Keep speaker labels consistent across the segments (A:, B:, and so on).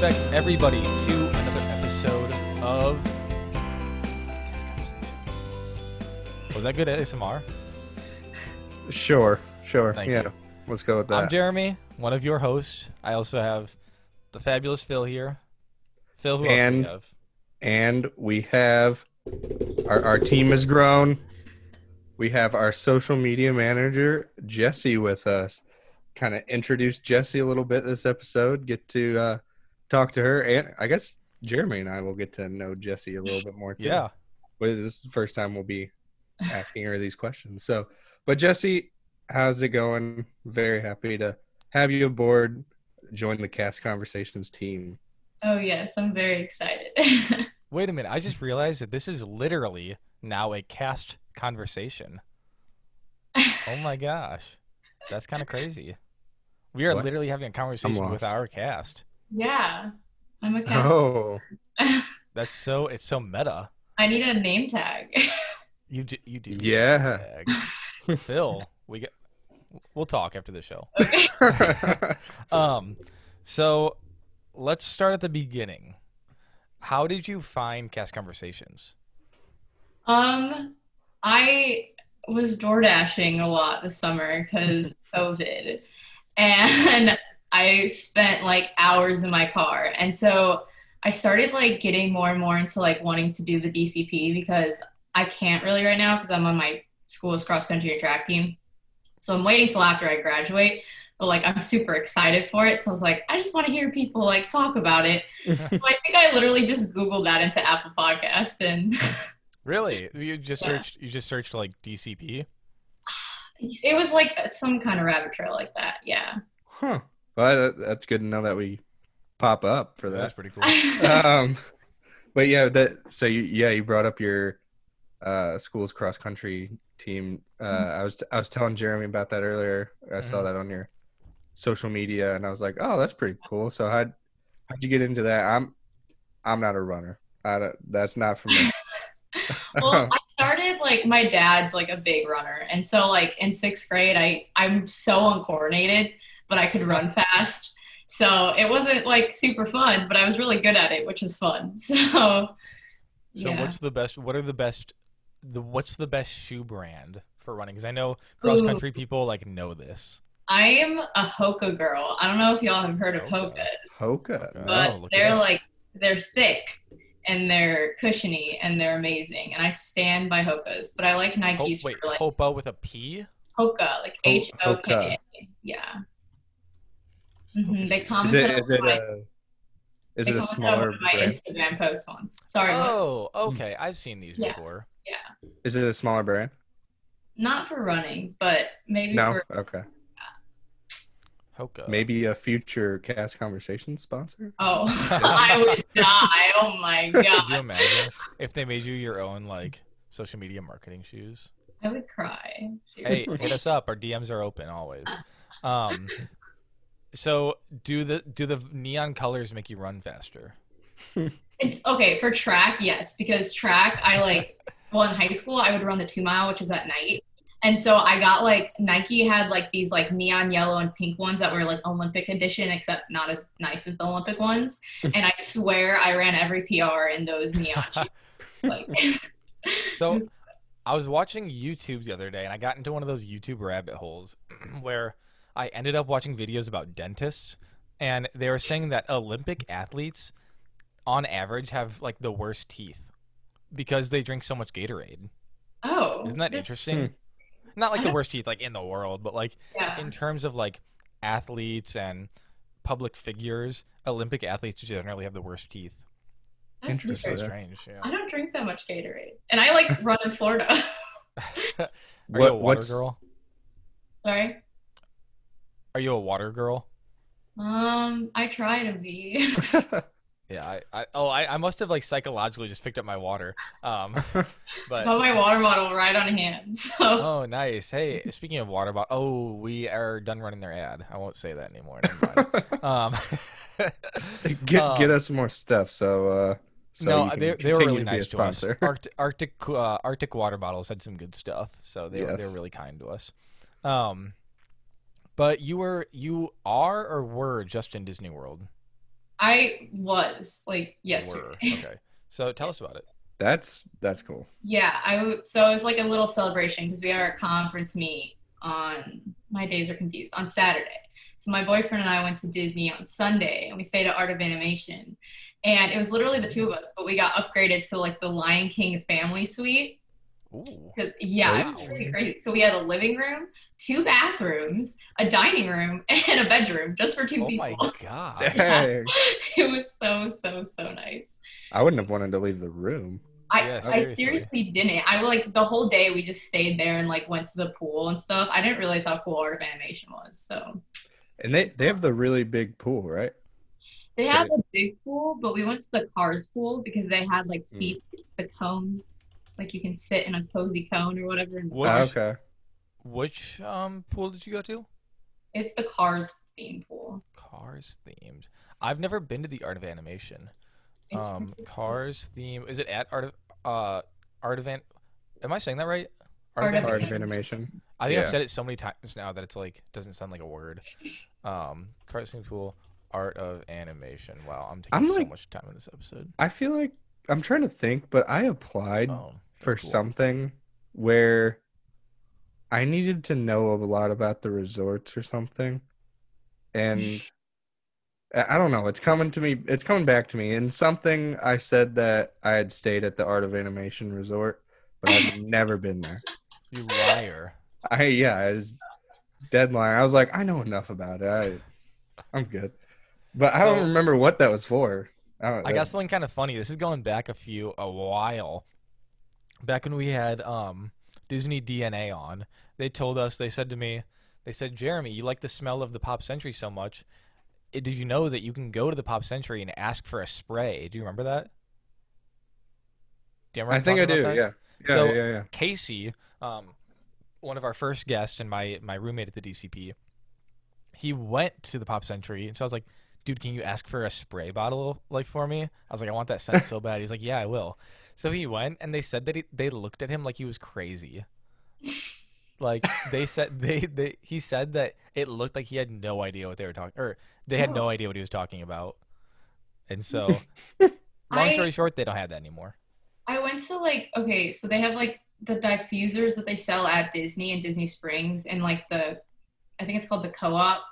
A: back, everybody, to another episode of. Podcast Conversations. Was that good ASMR?
B: Sure, sure.
A: Thank
B: yeah,
A: you.
B: let's go with
A: I'm
B: that.
A: Jeremy, one of your hosts. I also have the fabulous Phil here. Phil, who else do we
B: And-
A: have?
B: and we have our our team has grown. We have our social media manager Jesse with us. Kind of introduce Jesse a little bit this episode. Get to uh, talk to her, and I guess Jeremy and I will get to know Jesse a little bit more too.
A: Yeah.
B: But this is the first time we'll be asking her these questions. So, but Jesse, how's it going? Very happy to have you aboard. Join the Cast Conversations team.
C: Oh yes, I'm very excited.
A: Wait a minute. I just realized that this is literally now a cast conversation. Oh my gosh. That's kind of crazy. We are
B: What?
A: literally having a conversation with
B: lost.
A: our cast.
C: yeah, I'm a cast.
B: Oh,
A: That's so, it's so meta.
C: I need a name tag.
A: You do, you do.
B: Yeah.
A: Dag. Phil, we get, we'll talk after the show.
B: yeah.
A: Um, so let's start at the beginning. How did you find Cast Conversations?
C: um, I was door dashing a lot this summer because COVID, and I spent like hours in my car, and so I started like getting more and more into like wanting to do the DCP because I can't really right now because I'm on my school's cross country and track team. So I'm waiting till after I graduate, but like I'm super excited for it. So I was like, I just want to hear people like talk about it. so I think I literally just Googled that into Apple Podcast and
A: Really? You just
C: Yeah.
A: searched you just searched like DCP?
C: it was like some kind of rabbit trail like that. Yeah.
B: Huh. Well, that, that's good to know that we pop up for
A: That's
B: that.
A: pretty cool.
C: I
B: Um, but yeah, that so you, yeah, you brought up your uh, school's cross country team. Uh, I was I was telling Jeremy about that earlier. I saw
A: Mhm.
B: that on your social media, and I was like, oh, that's pretty cool. So how would how'd you get into that? I'm I'm not a runner. I don't, that's not for me.
C: well, I started like my dad's like a big runner, and so like in sixth grade, I I'm so uncoordinated, but I could run fast. So it wasn't like super fun, but I was really good at it, which was fun. So
A: So
C: yeah.
A: what's the best what are the best the what's the best shoe brand for running? Because I know cross country people like know this.
C: I am a Hoka girl. I don't know if y'all have heard of
A: Hoka.
C: Hoka,
B: Hoka.
C: but
A: Oh, look it
C: they're
A: up.
C: like they're thick and they're cushiony and they're amazing, and I stand by Hokas. But I like
A: Ho-
C: Nikes
A: Oh, wait,
C: for like
A: Hopa with a P?
C: Hoka, like
B: Ho-
C: H O K
B: Hoka.
C: A. Yeah. Mhm, They
B: Is
C: commented
B: it is it
C: on my,
B: a is
C: they
B: it a
C: commented on one
B: smaller
C: of my
B: brand?
C: Instagram post once. Sorry, what-
A: Oh, okay. I've seen these
C: Yeah.
A: before.
B: Is it a smaller brand?
C: not for running, but maybe
B: No.
C: for
B: Okay.
A: Hoka.
B: Maybe a future cast conversation sponsor.
C: oh, I would die. Oh my
A: Could you
C: god,
A: imagine if they made you your own like social media marketing shoes?
C: I would cry.
A: Hey,
C: Seriously.
A: hit us up. Our DMs are open always. Um, so do the do the neon colors make you run faster?
C: It's okay for track, yes, because track, I like, well, in high school, I would run the two mile, which is at night. And so I got like Nike had like these like neon yellow and pink ones that were like Olympic edition, except not as nice as the Olympic ones. And I swear I ran every PR in those neon. shoes. like,
A: So I was watching YouTube the other day and I got into one of those YouTube rabbit holes where I ended up watching videos about dentists and they were saying that Olympic athletes on average have like the worst teeth because they drink so much Gatorade.
C: oh,
A: Isn't that interesting? Not like
C: I
A: the
C: don't-
A: worst teeth like in the world, but like
C: Yeah.
A: in terms of like athletes and public figures, Olympic athletes generally have the worst teeth.
C: That's
A: It's so
B: Interesting.
C: weird.
A: strange.
C: I
A: Yeah.
C: don't drink that much Gatorade, and I like run in Florida.
A: Are you a
B: What
A: water
B: what's
A: girl?
C: Sorry.
A: Are you a water girl?
C: Um, I try to be.
A: Yeah, I, I oh I, I must have like psychologically just picked up my water. Um but
C: but my water bottle right on hand. So
A: Oh nice. Hey, speaking of water bottle oh, we are done running their ad. I won't say that anymore. Never mind. um
B: get
A: Um,
B: get us more stuff so uh so you
A: no,
B: can
A: they, they were
B: continue
A: really
B: to be a
A: nice to us.
B: sponsor.
A: Arctic Arctic, uh, Arctic water bottles had some good stuff, so they were, they were
B: Yes.
A: really kind to us. Um, but you were you are or were just in Disney World.
C: I was like yesterday.
A: Were. Okay. So tell us about it.
B: That's that's cool.
C: Yeah, I w- so it was like a little celebration because we had our conference meet on my days are confused on Saturday. So my boyfriend and I went to Disney on Sunday and we stayed at Art of Animation. And it was literally the two of us, but we got upgraded to like the Lion King family suite.
A: Ooh.
C: Because yeah, it was
A: Wow.
C: really crazy. So we had a living room, two bathrooms, a dining room, and a bedroom just for two
A: Oh my
C: people. Ah,
A: god.
B: Dang.
C: It was so so so nice.
B: I wouldn't have wanted to leave the room.
C: I,
A: Yeah,
C: I
A: seriously.
C: seriously didn't. I like the whole day we just stayed there and like went to the pool and stuff. I didn't realize how cool Art of Animation was. So
B: And they they have the really big pool, right?
C: they have a big pool, but we went to the Cars pool because they had like
A: Hmm.
C: seats, the cones, like you can sit in a cozy cone or whatever. and-
A: What?
B: Oh, okay.
A: Which um pool did you go to?
C: It's the Cars theme pool.
A: Cars themed. I've never been to the Art of Animation.
C: It's
A: um
C: really cool.
A: Cars theme. Is it at Art of uh Art of An- Am I saying that right?
C: Art of
B: Art
A: Animation?
B: of animation.
A: I think I've
B: Yeah.
A: said it so many times now that it's like doesn't sound like a word. Um, cartoon pool, art of animation. Wow, I'm taking
B: I'm,
A: so
B: like-
A: much time in this episode.
B: I feel like I'm trying to think, but I applied
A: Oh, that's
B: for
A: cool.
B: something where I needed to know a lot about the resorts or something. And I I don't know, it's coming to me it's coming back to me. And something I said that I had stayed at the Art of Animation Resort, but I've never been there.
A: You liar.
B: I yeah, I was deadline. I was like, I know enough about it. I I'm good. But I
A: So-
B: don't remember what that was for. I, don't,
A: I got something kind of funny. This is going back a few a while. Back when we had um Disney DNA on, they told us they said to me, they said, "Jeremy, you like the smell of the Pop Century so much. eh, Did you know that you can go to the Pop Century and ask for a spray? Do you remember that? Do you remember
B: I
A: us
B: think I
A: talking
B: do,
A: about that?
B: yeah. Yeah,
A: So-
B: yeah, yeah.
A: Casey, um, one of our first guests and my my roommate at the DCP, he went to the Pop Century, and so I was like, "Dude, can you ask for a spray bottle like for me?" I was like, "I want that scent so bad." He's like, "Yeah, I will." So he went, and they said that he, they looked at him like he was crazy. Like they said, they they he said that it looked like he had no idea what they were talking, or they had no idea what he was talking about. And so, long
C: I-
A: story short, they don't have that anymore.
C: I went to like okay, so they have like the diffusers that they sell at Disney and Disney Springs and like the I think it's called the co-op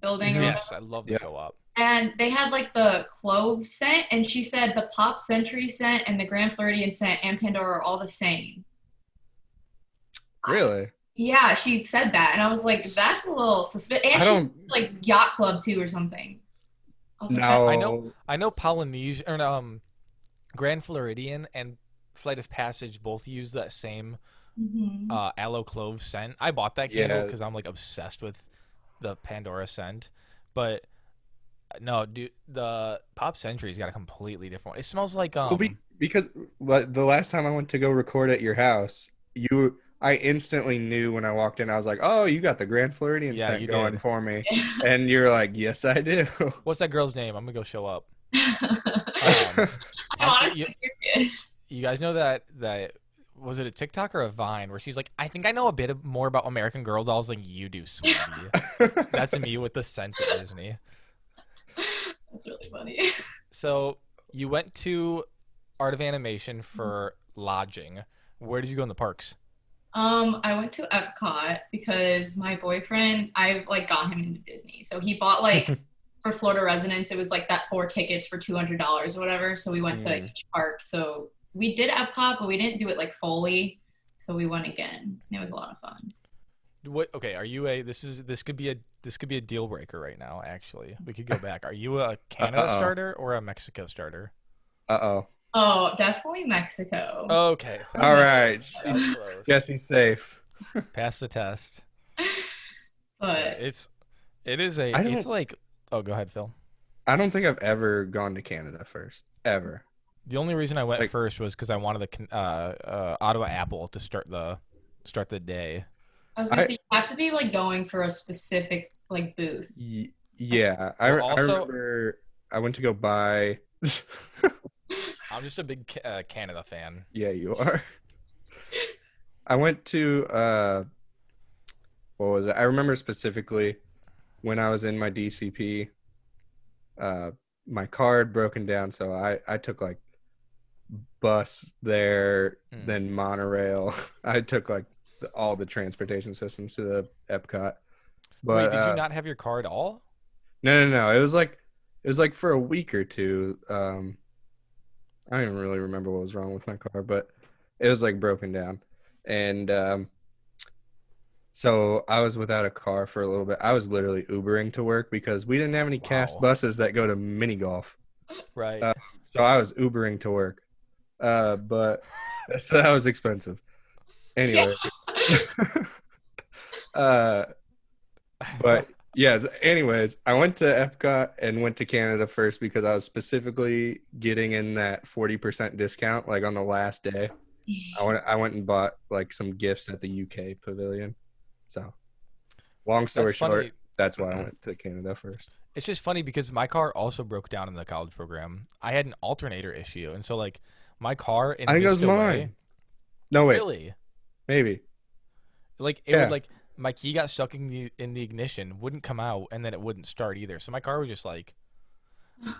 C: building or whatever.
A: Yes, I love the
B: Mm-hmm. Yeah.
A: co-op.
C: and they had like the clove scent and she said the pop century scent and the Grand Floridian scent and Pandora are all the same.
B: Really?
C: Yeah, she said that and I was like, that's a little suspicious and
B: I
C: she's
B: don't
C: like yacht club too or something. I was like,
B: know.
A: I know- I know Polynesian or um, Grand Floridian and Flight of Passage both use that same
C: mhm.
A: uh, aloe clove scent. I bought that candle
B: Yeah.
A: because I'm like obsessed with the Pandora scent, but uh, no, dude, the Pop Century's got a completely different. one. It smells like um,
B: Well, be, because la- the last time I went to go record at your house, you I instantly knew when I walked in. I was like, "Oh, you got the Grand Floridian
A: Yeah, you
B: scent going
A: did.
B: for me,"
C: Yeah.
B: and you're like, "Yes, I do."
A: what's that girl's name? I'm gonna go show up. Um,
B: I
C: I'm
A: I'm-
C: honestly
A: you,
C: curious.
A: you guys know that that was it a TikTok or a Vine where she's like, I think I know a bit of- more about American Girl dolls than you do, sweetie. That's me with the sense at Disney.
C: That's really funny.
A: So you went to Art of Animation for lodging. Where did you go in the parks?
C: Um, I went to Epcot because my boyfriend, I like got him into Disney. So he bought like for Florida residents, it was like that four tickets for two hundred dollars, whatever. So we went to
B: Mm.
C: each park. So we did Epcot, but we didn't do it like fully. So we went again. And it was a lot of fun.
A: What? Okay, are you a? This is this could be a this could be a deal breaker right now. Actually, we could go back. Are you a Canada
B: Uh-oh.
A: starter or a Mexico starter?
B: Uh oh.
C: Oh, definitely Mexico.
A: Okay,
B: All right,
A: that was close.
B: Jesse's safe.
A: Pass the test.
C: But
A: It's it is a
B: I
A: it's
B: don't-
A: like oh go ahead Phil.
B: I don't think I've ever gone to Canada first, ever.
A: The only reason I went
B: Like-
A: first was because I wanted the Can- uh, uh, Ottawa Apple to start the start the day.
C: I was gonna
B: I-
C: say you have to be like going for a specific like booth.
B: Y- yeah, I,
A: Well,
B: I
A: also-
B: remember I went to go buy.
A: I'm just a big Ca- uh, Canada fan.
B: Yeah, you are. I went to uh what was it? I remember specifically when I was in my DCP uh my car had broken down, so I I took like bus there,
A: Hmm.
B: then monorail. I took like the, all the transportation systems to the Epcot.
A: Wait,
B: But
A: did
B: uh,
A: you not have your car at all?
B: no, no, no. It was like it was like for a week or two. Um, I don't even really remember what was wrong with my car, but it was like broken down, and um, so I was without a car for a little bit. I was literally Ubering to work because we didn't have any cast
A: Wow.
B: buses that go to mini golf,
A: Right.
B: uh, so I was Ubering to work. Uh, but so that was expensive. Anyway, uh, but yes anyways i went to epcot and went to canada first because i was specifically getting in that 40% discount like on the last day i went i went and bought like some gifts at the uk pavilion so long story
A: That's
B: short
A: funny.
B: that's why i went to canada first
A: It's just funny because my car also broke down in the college program. I had an alternator issue, and so like my car in
B: I think it was
A: Vista Way-
B: mine. no wait
A: Really?
B: maybe
A: Like it
B: Yeah.
A: would like my key got stuck in the in the ignition, wouldn't come out, and then it wouldn't start either. So my car was just like,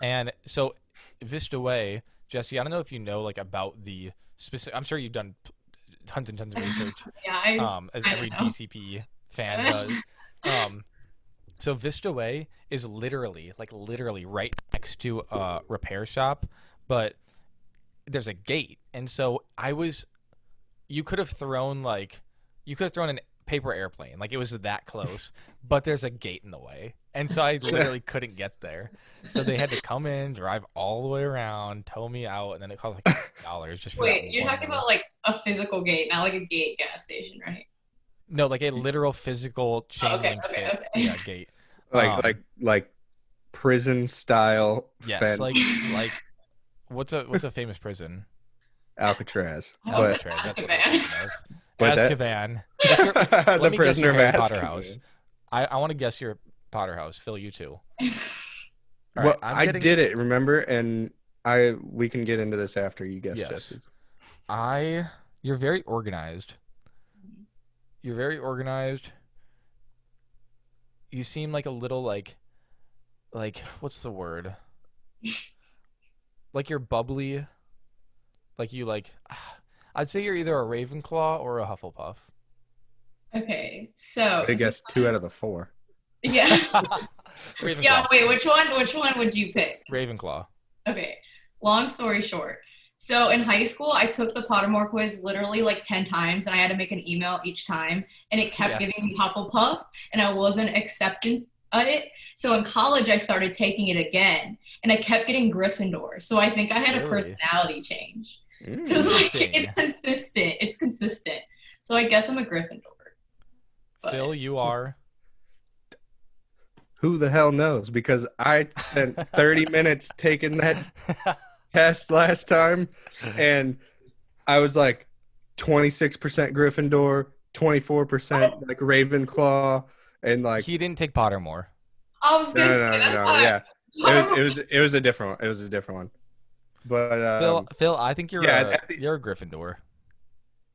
A: and so Vista Way, Jesse. I don't know if you know like about the specific. I'm sure you've done p- tons and tons of research.
C: yeah, I,
A: um, as
C: I
A: every
C: don't know.
A: DCP E fan does. Um, so Vista Way is literally, like literally, right next to a repair shop, but there's a gate, and so I was, you could have thrown like, you could have thrown an paper airplane, like it was that close, but there's a gate in the way, and so I literally couldn't get there. So they had to come in, drive all the way around, tow me out, and then it cost like dollars just for that
C: wait, you're
A: Oh, one
C: talking about like a physical gate, not like a gate gas station, right?
A: No, like a literal physical chain
C: Oh, okay,
A: link
C: okay,
A: fence-
C: okay.
A: Yeah, gate.
B: like
A: Um,
B: like like prison style
A: Yes,
B: fence
A: like like what's a what's a famous prison?
B: alcatraz
C: I was
B: but
C: like-
A: that's what I'm thinking of.
B: But that-
A: Azkaban. What's your-
B: the
A: let me guess
B: prisoner
A: your
B: of
A: Harry Potter
B: Azkaban.
A: house. I, I want to guess your Potter house. Phil, you too. All right,
B: well,
A: I'm
B: I
A: getting-
B: did it, remember? And I we can get into this after you guess
A: Yes.
B: Jesse's.
A: I you're very organized. You're very organized. You seem like a little like like what's the word? like you're bubbly. Like you like I'd say you're either a Ravenclaw or a Hufflepuff.
C: okay, so
B: I guess two out of the four.
C: yeah,
A: Ravenclaw.
C: yeah. Wait, which one? Which one would you pick?
A: Ravenclaw.
C: Okay, long story short. So in high school, I took the Pottermore quiz literally like 10 times and I had to make an email each time and it kept
A: Yes.
C: giving me Hufflepuff and I wasn't accepting of it. So in college, I started taking it again and I kept getting Gryffindor. So I think I had a
A: Really?
C: personality change.
B: Hmm,
C: Because
A: Mm.
C: like it's consistent. It's consistent. So I guess I'm a Gryffindor. But-
A: Phil, you are
B: Who the hell knows? Because I spent 30 minutes taking that test last time and I was like 26% Gryffindor, 24% like Ravenclaw, and like
A: he didn't take Pottermore.
C: I was
B: no,
C: gonna
B: no, no,
C: say
B: no,
C: that's
B: no,
C: why.
B: yeah. It was, it was it was a different one. It was a different one. But um,
A: Phil, Phil, I think you're
B: yeah,
A: a-
B: at the-
A: you're a Gryffindor.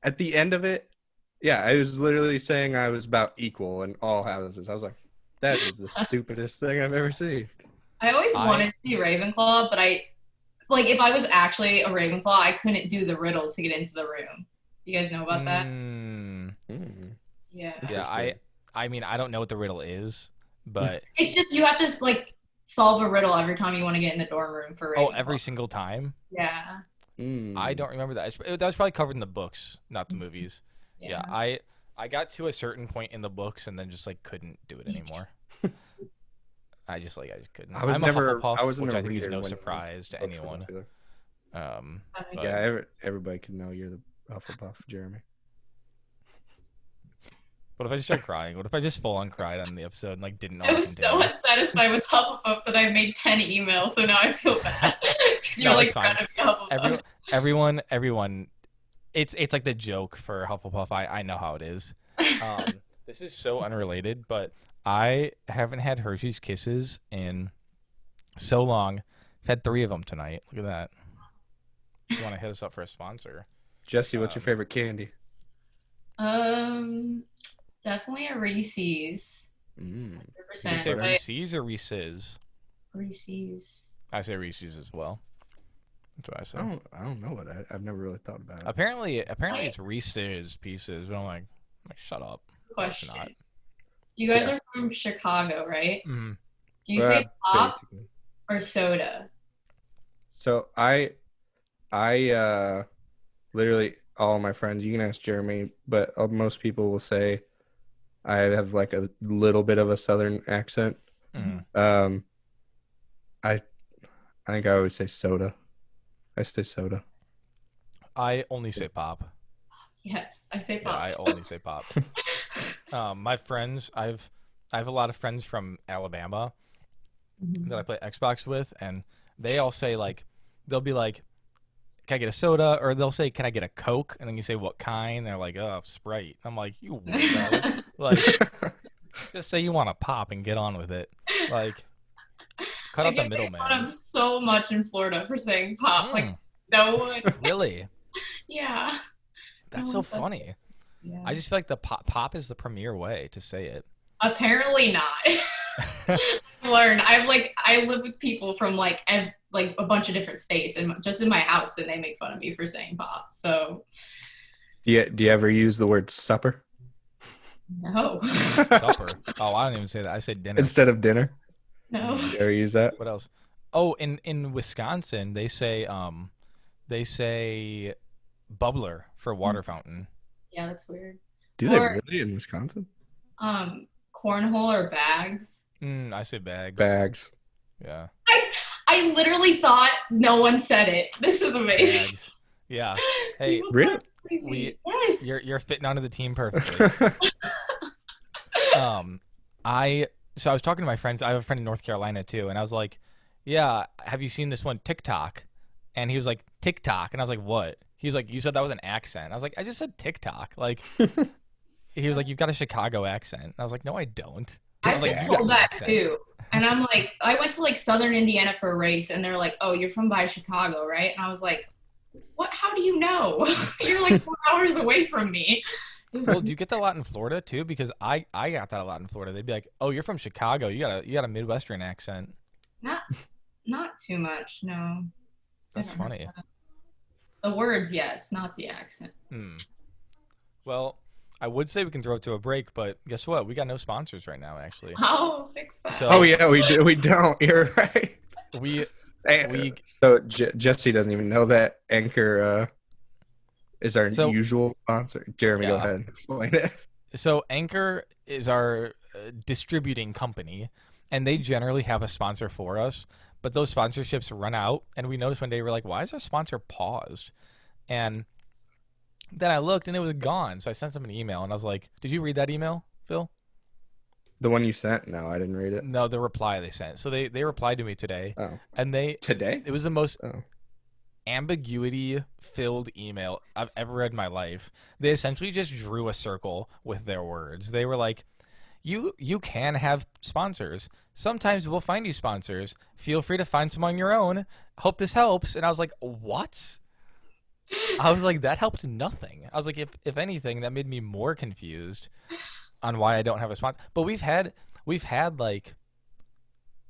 B: at the end of it, yeah, I was literally saying I was about equal in all houses. I was like, that is the stupidest thing I've ever seen.
C: I always
A: I-
C: wanted to be Ravenclaw, but I like if I was actually a Ravenclaw, I couldn't do the riddle to get into the room. You guys know about that?
A: Mm,
B: Hmm,
C: Yeah.
A: yeah, I
B: Interesting.
A: I mean I don't know what the riddle is, but
C: It's just you have to like solve a riddle every time you want to get in the dorm room for Ravenclaw.
A: oh, every single time.
C: yeah.
B: Mm.
A: I don't remember that. It's- That was probably covered in the books, not
C: Mm-hmm.
A: the movies. Yeah. I I got to a certain point in the books and then just like couldn't do it anymore. I just like I just couldn't.
B: I was
A: am
B: never.
A: a Hufflepuff,
B: I wasn't
A: which
B: a
A: I think
B: reader
A: is no
B: when
A: surprise to
B: books were
A: anyone.
B: popular.
A: Um,
C: That makes
A: but-
B: Yeah, every, everybody can know you're the Hufflepuff, Jeremy.
A: what if I just start crying? What if I just full on cried on the episode and like didn't know?
C: I
A: how to
C: was so
A: continue?
C: unsatisfied with Hufflepuff that I made 10 emails, so now I feel bad. 'Cause
A: No,
C: you're like
A: it's fine.
C: proud of Hufflepuff.
A: Every, everyone, everyone, it's it's like the joke for Hufflepuff. I I know how it is. Um, this is so unrelated, but I haven't had Hershey's Kisses in so long. I've had three of them tonight. Look at that. You want to hit us up for a sponsor?
B: Jesse, what's your
A: Um,
B: favorite candy?
C: Um, definitely a Reese's.
A: Did
B: Mm.
A: you say
C: 100%. but
A: Reese's or Reese's?
C: Reese's.
A: I say Reese's as well. That's what I say.
B: I don't. I don't know what I, I've never really thought about. It.
A: Apparently, apparently
C: I-
A: it's Reese's Pieces, but I'm like, I'm like shut up. It's
C: Question.
A: not.
C: You guys
B: Yeah.
C: are from Chicago, right?
A: Mm.
C: Do you
B: But
C: say pop
B: basically-
C: or soda?
B: So I, I uh, literally all my friends. You can ask Jeremy, but uh, most people will say I have like a little bit of a southern accent.
A: Mm.
B: Um, I, I think I always say soda. I say soda.
A: I only say pop.
C: Yes, I say
A: Yeah,
C: pop.
A: I only say pop. um, my friends, I've I have a lot of friends from Alabama
C: Mhm.
A: that I play Xbox with, and they all say like they'll be like, "Can I get a soda?" or they'll say, "Can I get a Coke?" and then you say, "What kind?" they're like, "Oh, Sprite." I'm like, "You weirdo." like just say you want to pop and get on with it. Like cut
C: I
A: out the
C: get made fun
A: middleman.
C: of so much in Florida for saying pop. Like
A: Mm,
C: no one.
A: really?
C: yeah.
A: That's so
C: one does.
A: funny.
C: yeah.
A: I just feel like the pop pop is the premier way to say it.
C: Apparently not. I've learned. I've like I live with people from like ev- like a bunch of different states, and just in my house, and they make fun of me for saying pop. So
B: do you do you ever use the word supper
C: no,
A: Supper. Oh, I don't even say that. I say dinner.
B: instead of dinner?
C: no.
B: Do you ever use that?
A: What else? Oh, in in Wisconsin, they say um, they say bubbler for water fountain.
C: Yeah, that's weird.
B: Do they
C: Or-
B: really in Wisconsin?
C: Um, cornhole or bags.
A: Mm, I say bags.
B: Bags.
A: Yeah.
C: I literally thought no one said it. This is amazing.
A: Bags. Yeah. Hey,
C: People
B: Really?
C: are crazy.
A: We-
C: yes.
A: You're you're fitting onto the team perfectly. um, I so I was talking to my friends. I have a friend in North Carolina too, and I was like, "Yeah, have you seen this one TikTok?" And he was like, "TikTok," and I was like, "What?" He was like, "You said that with an accent." I was like, "I just said TikTok." Like, he was like, "You've got a Chicago accent," and I was like, "No, I don't."
C: I've
A: like,
C: been
A: you got
C: told
A: the
C: that
A: accent.
C: too. And I'm like, I went to like Southern Indiana for a race, and they're like, "Oh, you're from by Chicago, right?" And I was like, "What? How do you know? you're like four hours away from me."
A: well, do you get that a lot in Florida too? Because I I got that a lot in Florida. They'd be like, "Oh, you're from Chicago. You got a you got a Midwestern accent."
C: Not too much, no.
A: That's
C: I don't
A: funny.
C: The words, yes, not the accent.
A: Hmm. Well, I would say we can throw it to a break, but guess what? We got no sponsors right now. Actually,
C: I'll fix that.
A: So-
B: oh yeah, we do. We don't. You're right.
A: we
B: And-
A: We-
B: so Je- Jesse doesn't even know that Anchor uh, is our
A: So-
B: usual sponsor. Jeremy, go
A: Yeah.
B: ahead and explain it.
A: so Anchor is our uh, distributing company, and they generally have a sponsor for us. But those sponsorships run out, and we noticed one day we're like, "Why is our sponsor paused?" And then I looked, and it was gone. So I sent them an email, and I was like, "Did you read that email, Phil?"
B: The one you sent? No, I didn't read it.
A: No, the reply they sent. So they they replied to me today,
B: Oh,
A: and they
B: today?
A: it was the most
B: Oh.
A: ambiguity filled email I've ever read in my life. They essentially just drew a circle with their words. They were like, "You you can have sponsors. Sometimes we'll find you sponsors. Feel free to find some on your own. Hope this helps." And I was like, "What?" I was like, "That helped nothing." I was like, "If if anything, that made me more confused on why I don't have a sponsor." But we've had we've had like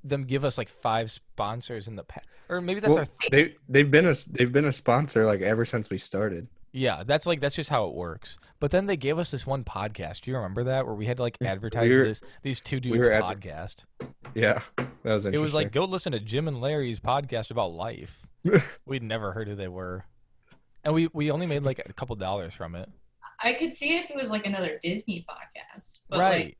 A: them give us like five sponsors in the past, or maybe that's
B: Well,
A: our
B: They they've been a they've been a sponsor like ever since we started.
A: Yeah, that's like that's just how it works. But then they gave us this one podcast. Do you remember that where we had to like advertise
B: were-
A: this these two
B: we
A: dudes
B: were adver-
A: podcast?
B: Yeah, that was interesting.
A: It was like go listen to Jim and Larry's podcast about life. We'd never heard who they were, and we we only made like a couple dollars from it.
C: I could see if it was like another Disney podcast, but like
A: right?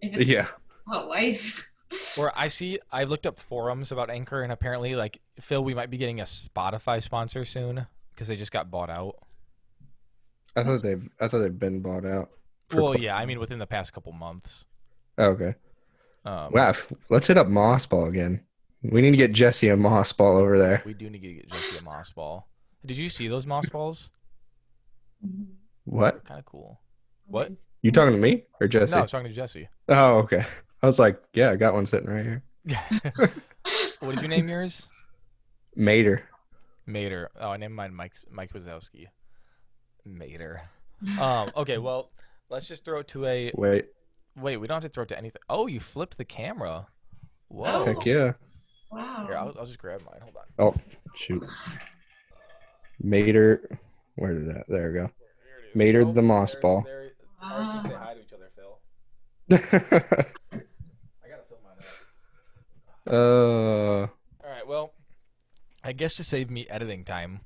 C: if it's
B: yeah,
C: about life,
A: Or I see I looked up forums about Anchor, and apparently like Phil, we might be getting a Spotify sponsor soon because they just got bought out.
B: I thought they've I thought they've been bought out. for
A: Well,
B: quite-
A: yeah, I mean within the past couple months.
B: Oh, okay.
A: Um,
B: Wow, let's hit up Moss Ball again. We need to get Jesse a Moss Ball over there.
A: we do need to get Jesse a moss ball. Did you see those moss balls?
C: Mm-hmm.
B: What?
A: Kind of cool. What?
B: You talking to me or Jesse?
A: No, I was talking to Jesse.
B: Oh, okay. I was like, yeah, I got one sitting right here.
A: what did you name yours?
B: Mater.
A: Mater. Oh, I named mine Mike Mike Wazowski. Mater. Um. Okay. Well, let's just throw it to a.
B: Wait.
A: Wait, we don't have to throw it to anything. Oh, you flipped the camera. Whoa.
B: Heck yeah.
C: Wow.
A: Here, I'll, I'll just grab mine. Hold on.
B: Oh, shoot. Mater. Where did that? There we go.
A: Here it is.
B: Mater the moss
A: there-
B: ball.
A: there- I was gonna say
C: Wow.
A: hi to each other, Phil. I gotta fill mine up.
B: uh,
A: All right. Well, I guess to save me editing time,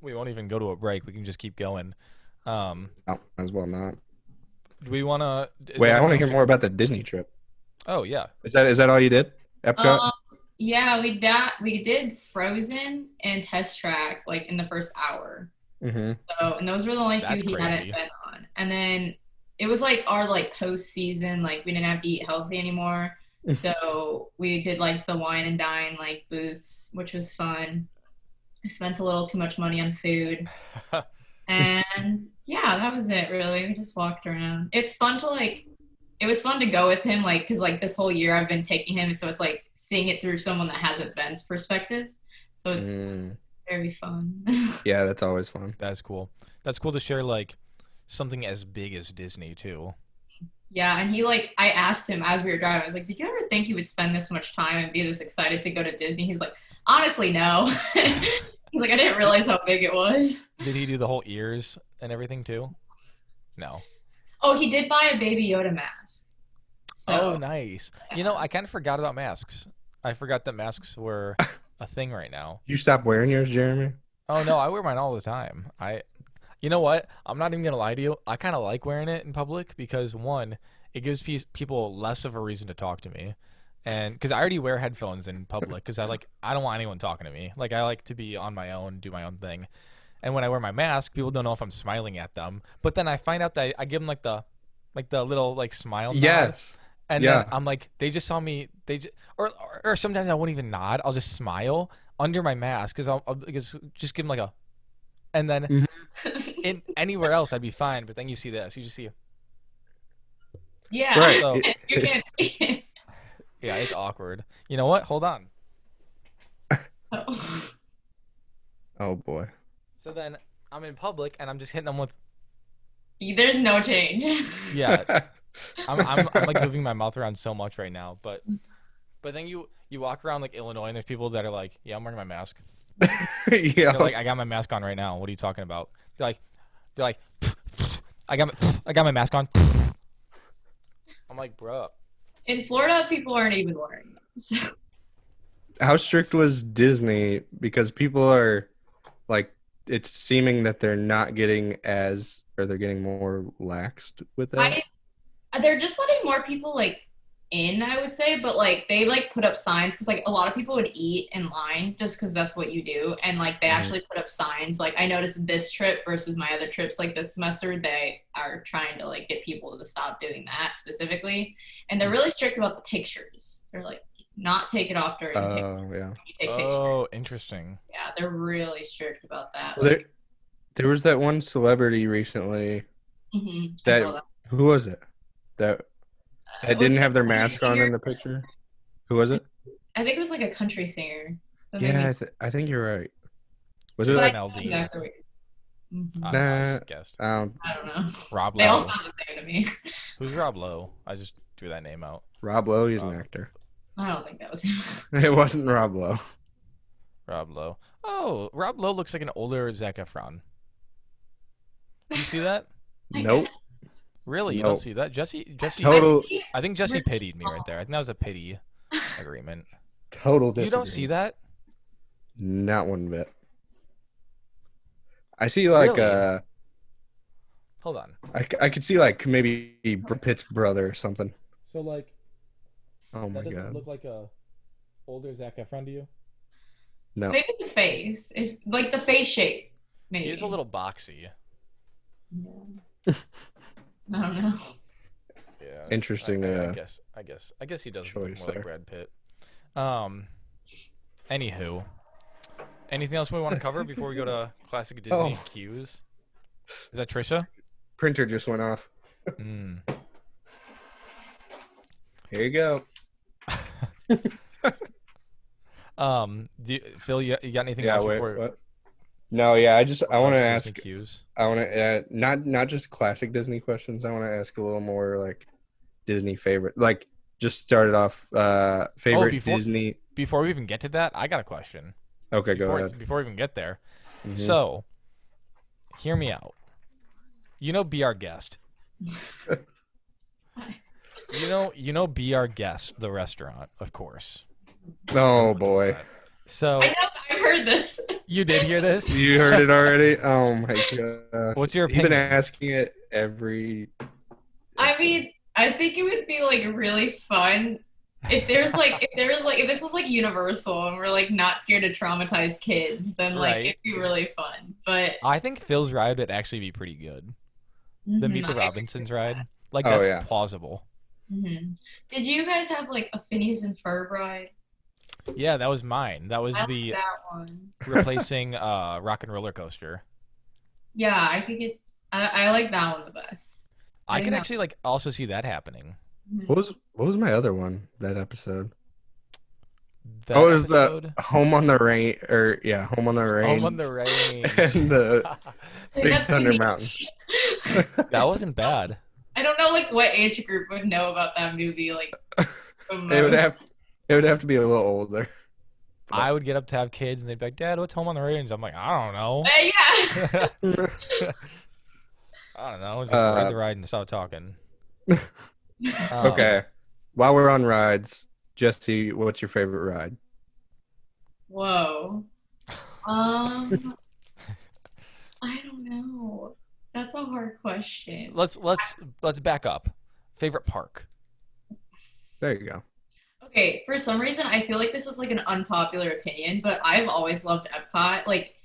A: we won't even go to a break. We can just keep going. Um,
B: no, might as well not.
A: do we want to?
B: Wait, I want to hear more about the Disney trip.
A: Oh yeah.
B: Is that is that all you did? Epcot.
C: Um, yeah, we got we did Frozen and Test Track like in the first hour.
B: mm-hmm.
C: So and those were the only
A: That's
C: two he hadn't
A: crazy.
C: been on. And then it was like our like post season, like we didn't have to eat healthy anymore. so we did like the wine and dine like booths, which was fun. I spent a little too much money on food. And yeah, that was it really. We just walked around. It's fun to like it was fun to go with him like cuz like this whole year I've been taking him and so it's like seeing it through someone that has events perspective. So it's
B: Mm.
C: very fun.
B: Yeah, that's always fun.
A: That's cool. That's cool to share like something as big as Disney too.
C: yeah, and he like I asked him as we were driving. I was like, "Did you ever think you would spend this much time and be this excited to go to Disney?" He's like, "Honestly, no." He's like, "I didn't realize how big it was."
A: Did he do the whole ears and everything too? No.
C: Oh, he did buy a baby Yoda mask. So
A: Oh, nice. You know, I kind of forgot about masks. I forgot that masks were a thing right now.
B: You stopped wearing yours, Jeremy?
A: Oh no, I wear mine all the time. I You know what? I'm not even going to lie to you. I kind of like wearing it in public because one, it gives pe- people less of a reason to talk to me. And cuz I already wear headphones in public cuz I like I don't want anyone talking to me. Like I like to be on my own, do my own thing. And when I wear my mask, people don't know if I'm smiling at them. But then I find out that I, I give them like the like the little like smile nod.
B: Yes.
A: And
B: Yeah.
A: then I'm like, they just saw me. They just, or, or or sometimes I won't even nod. I'll just smile under my mask because I'll, I'll because just give them like a, and then in anywhere else I'd be fine. But then you see this, you just see,
C: yeah,
B: Right.
A: So-
C: you can't.
A: yeah, it's awkward. You know what? Hold on.
C: Oh.
B: Oh boy.
A: So then I'm in public and I'm just hitting them with
C: There's no change.
A: yeah. I'm, I'm I'm like moving my mouth around so much right now, but but then you you walk around like Illinois and there's people that are like, yeah, I'm wearing my mask.
B: yeah.
A: They're like, I got my mask on right now. What are you talking about? They're like, they're like, I got my, I got my mask on. I'm like, bruh.
C: In Florida, people aren't even wearing them. So,
B: How strict was Disney? Because people are like, it's seeming that they're not getting as, or they're getting more laxed with it.
C: I, they're just letting more people like in, I would say, but like they like put up signs because like a lot of people would eat in line just because that's what you do, and like they
B: Mhm.
C: actually put up signs. Like I noticed this trip versus my other trips, like this semester, they are trying to like get people to stop doing that specifically, and
B: Mm.
C: they're really strict about the pictures. They're like not take it off during the picture.
B: Oh yeah.
C: You take pictures.
A: Oh, interesting.
C: Yeah, they're really strict about that.
B: Well, there, there was that one celebrity recently.
C: Mhm. I
B: that-
C: saw that.
B: Who was it? That
C: Uh,
B: that didn't have their mask on
C: singer?
B: in the picture. Who was it?
C: I think it was like a country singer. But
B: Yeah, I,
C: maybe-
B: th- I think you're right. Was it?
A: Is
C: But
A: that an
B: Like,
C: I know
A: LD?
C: exactly what you're- Mhm.
A: I, don't know, I
B: Nah.
A: just guessed.
B: um,
C: I don't know.
A: Rob
C: They all
A: Lowe.
C: sound the same to me.
A: Who's Rob Lowe? I just threw that name out.
B: Rob Lowe. He's an
A: Oh.
B: actor.
C: I don't think that was him.
B: It wasn't Rob Lowe.
A: Rob Lowe. Oh, Rob Lowe looks like an older Zac Efron. You see that?
B: Nope.
A: Really? You don't
B: Nope.
A: see that? Jesse Jesse
B: Total-
A: I think Jesse pitied me right there. I think that was a pity agreement.
B: Total.
A: You don't see
B: disagreement.
A: that?
B: Not one bit. I see like
A: Really?
B: uh,
A: Hold on.
B: I, c- I could see like maybe Brad Pitt's brother or something.
A: So like
B: Oh my
A: that doesn't
B: god.
A: look like a older Zac Efron to you?
B: no.
C: Maybe the face. If, like the face shape. Maybe.
A: He's a little boxy.
C: Yeah. I don't know.
A: Yeah.
B: Interesting,
A: I, I- I
B: uh,
A: guess. I guess. I guess he does look more
B: choice
A: like
B: there.
A: Brad Pitt. Um. Anywho, anything else we want to cover before we go to classic Disney
B: Oh.
A: cues? Is that Trisha?
B: Printer just went off.
A: Mm.
B: Here you go.
A: Um. Do you, Phil, you, you got anything
B: Yeah.
A: else
B: Wait.
A: before?
B: What? No. Yeah. I just I want to
A: classic
B: ask.
A: Disney cues.
B: I want to add not not just classic Disney questions. I want to ask a little more like Disney favorite. Like just started off uh favorite
A: before-
B: Disney
A: before we even get to that, I got a question.
B: Okay, go
A: Before,
B: ahead.
A: before we even get there.
B: Mhm.
A: So, hear me out. You know, be our guest. you know, you know, be our guest. The restaurant, of course.
B: oh boy,
A: So
C: I know I've heard this.
A: you did hear this.
B: you heard it already. Oh my god.
A: What's your
B: You've been
A: opinion?
B: asking it every.
C: I mean, I think it would be like really fun if there's like if there was like if this was like universal and we're like not scared to traumatize kids, then like
A: Right.
C: it'd be really fun. But
A: I think Phil's ride would actually be pretty good. The Meet the
C: Mhm, I-
A: Robinsons ride, like
B: Oh,
A: that's
B: yeah.
A: plausible.
C: mhm. Did you guys have like a Phineas and Ferb ride?
A: Yeah, that was mine. That was
C: I like
A: the uh,
C: that one.
A: replacing uh, Rock and Roller Coaster.
C: Yeah, I could get. I, I like that one the best.
A: I
C: I
A: could
C: know.
A: actually like also see that happening.
C: Mhm.
B: What was what was my other one that episode?
A: That
B: oh, it was
A: episode,
B: the Home on the Rain or yeah, Home on the Rain.
A: Home on the Range.
B: and the Big
C: Like, that's
B: Thunder
C: me.
B: Mountain.
A: that wasn't bad.
C: I don't know like what age group would know about that movie. Like the
B: It would
C: most.
B: have it would have to be a little older.
A: I would get up to have kids, and they'd be like, "Dad, what's Home on the Range?" I'm like, "I don't know.
C: Uh, yeah.
A: I don't know. Just
B: Uh,
A: ride the ride and stop talking." Um,
B: okay. While we're on rides, Jesse, what's your favorite ride?
C: Whoa. Um, I don't know. That's a hard question.
A: Let's let's let's back up. Favorite park?
B: There you go.
C: Okay, for some reason, I feel like this is like an unpopular opinion, but I've always loved Epcot. Like,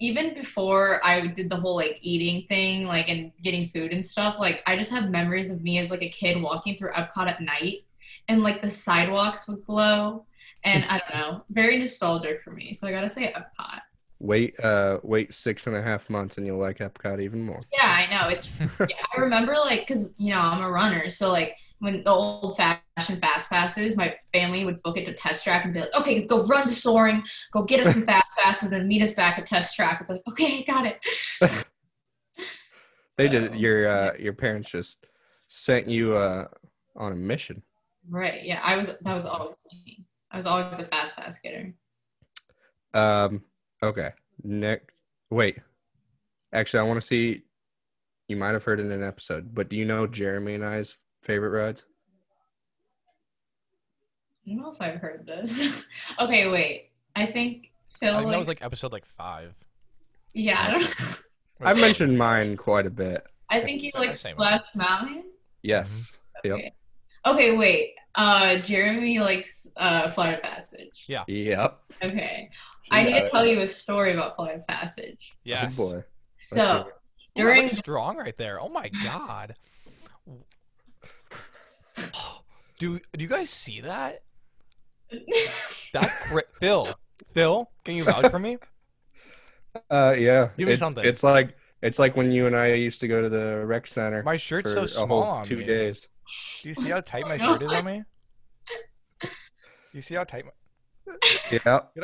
C: even before I did the whole like eating thing, like and getting food and stuff, like I just have memories of me as like a kid walking through Epcot at night, and like the sidewalks would glow, and I don't know, very nostalgic for me. So I gotta say Epcot.
B: Wait, uh, wait six and a half months, and you'll like Epcot even more.
C: Yeah, I know. It's yeah, I remember like because you know I'm a runner, so like when the old fashioned fast passes, my family would book it to test track and be like, okay, go run to soaring, go get us some fast passes, and meet us back at test track. I'd be like, okay, got it.
B: They
C: So,
B: just your uh, your parents just sent you uh on a mission.
C: right. Yeah, I was that was always me. I was always a fast pass getter.
B: Um, okay. Nick, wait. Actually, I want to see. You might have heard it in an episode, but do you know Jeremy and I's favorite rides?
C: I don't know if I've heard this. okay, wait. I think Phil.
A: I think
C: like,
A: that was like episode like five.
C: yeah, I don't.
B: I've mentioned mine quite a bit.
C: I think you
A: Same-
C: like
A: same.
C: Splash Mountain.
B: Yes.
A: Mm-hmm.
B: Yep.
C: Okay. Okay, wait. Uh, Jeremy likes uh, Flight of Passage.
A: Yeah.
B: Yep.
C: Okay. I need to tell you a story about Flight of Passage.
A: Yes.
B: Oh boy.
C: So
A: Ooh, that
C: during
A: looks strong right there. Oh my god. Do do you guys see that? That's cra- Phil. Phil, can you vouch for me?
B: Uh, yeah.
A: Give me
B: it's,
A: something.
B: It's like it's like when you and I used to go to the rec center.
A: My shirt's so
B: for
A: small
B: a whole
A: on
B: two
A: me.
B: days.
A: Do you see how tight my
C: Oh, no.
A: shirt is on me? You see how tight my
B: Yeah.
A: Get up.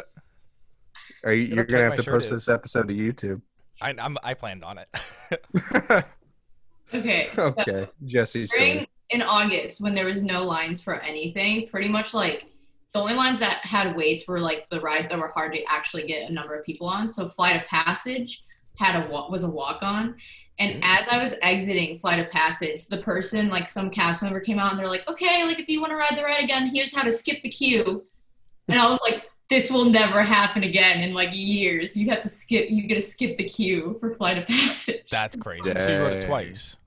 B: Are you,
A: Get
B: you're
A: up
B: gonna
A: tight
B: have
A: my
B: to
A: shirt
B: post
A: is.
B: this episode to YouTube.
A: I I'm, I planned on it.
C: okay, so
B: okay, Jesse's
C: during
B: story.
C: in August when there was no lines for anything, pretty much like the only lines that had waits were like the rides that were hard to actually get a number of people on. So Flight of Passage had a wa- was a walk on. And as I was exiting Flight of Passage, the person, like some cast member came out and they're like, okay, like if you want to ride the ride again, here's how to skip the queue. And I was like, this will never happen again in like years. You have to skip, you gotta skip the queue for Flight of Passage.
A: That's crazy. So you wrote it
B: Dang.
A: twice.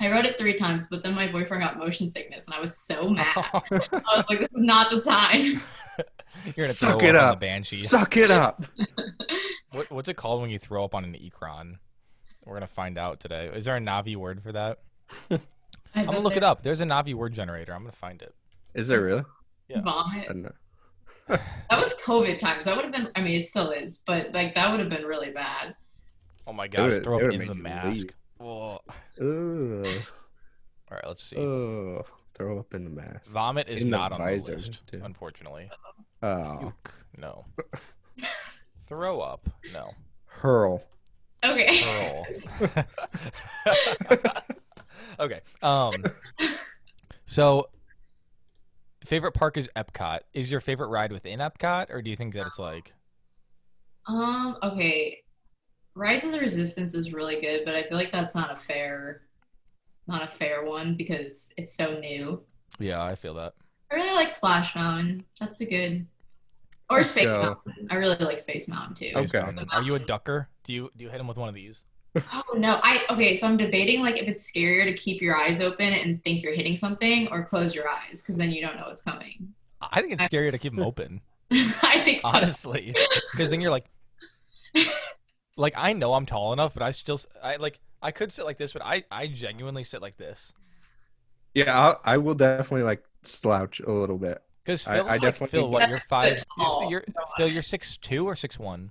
C: I wrote it three times, but then my boyfriend got motion sickness and I was
A: Oh.
C: so mad. I was like, this is not the time.
A: You're gonna
B: Suck
A: throw
B: it
A: up, on
B: up.
A: the banshee.
B: Suck it up.
A: What, what's it called when you throw up on an Ekron? We're gonna find out today. Is there a Navi word for that? I'm gonna look it up. There's a Navi word generator. I'm gonna find it.
B: Is there really?
A: Yeah.
B: I
C: Vomit.
B: don't know.
C: That was COVID times. That would have been, I mean, it still is, but like that would have been really bad.
A: Oh my gosh!
B: would-
A: throw
B: it
A: up
B: would
A: in
B: make
A: the
B: you
A: mask.
B: leave.
A: Ugh. All
B: Ugh.
A: right, let's see.
B: Ugh. Throw up in the mask.
A: Vomit is
B: Uh, in the
A: not on the
B: visor,
A: list,
B: too.
A: unfortunately.
B: Oh,
A: Puke, no. throw up, no.
B: hurl.
C: Okay.
A: Hurl. okay. Um. So, favorite park is Epcot. Is your favorite ride within Epcot, or do you think that it's like?
B: Oh.
C: Um. Okay. Rise of the Resistance is really good, but I feel like that's not a fair, not a fair one because it's so new.
A: Yeah, I feel that.
C: I really like Splash Mountain. That's a good. Or
B: Let's
C: Space
B: go.
C: Mountain. I really like Space Mountain too.
B: Okay.
A: Are you a ducker? Do you do you hit him with one of these?
C: Oh no! I okay. So I'm debating like if it's scarier to keep your eyes open and think you're hitting something, or close your eyes because then you don't know what's coming.
A: I think it's scarier to keep him open,
C: I think so.
A: honestly, because then you're like, like I know I'm tall enough, but I still s- I like I could sit like this, but I I genuinely sit like this
B: Yeah, I'll, I will definitely like slouch a little bit.
A: because
B: I-
A: Phil,
B: I definitely
A: Phil,
B: think
A: what
C: that's
A: you're five,
C: good
A: you're, s-
C: call.
A: you're Phil, you're six two or six one.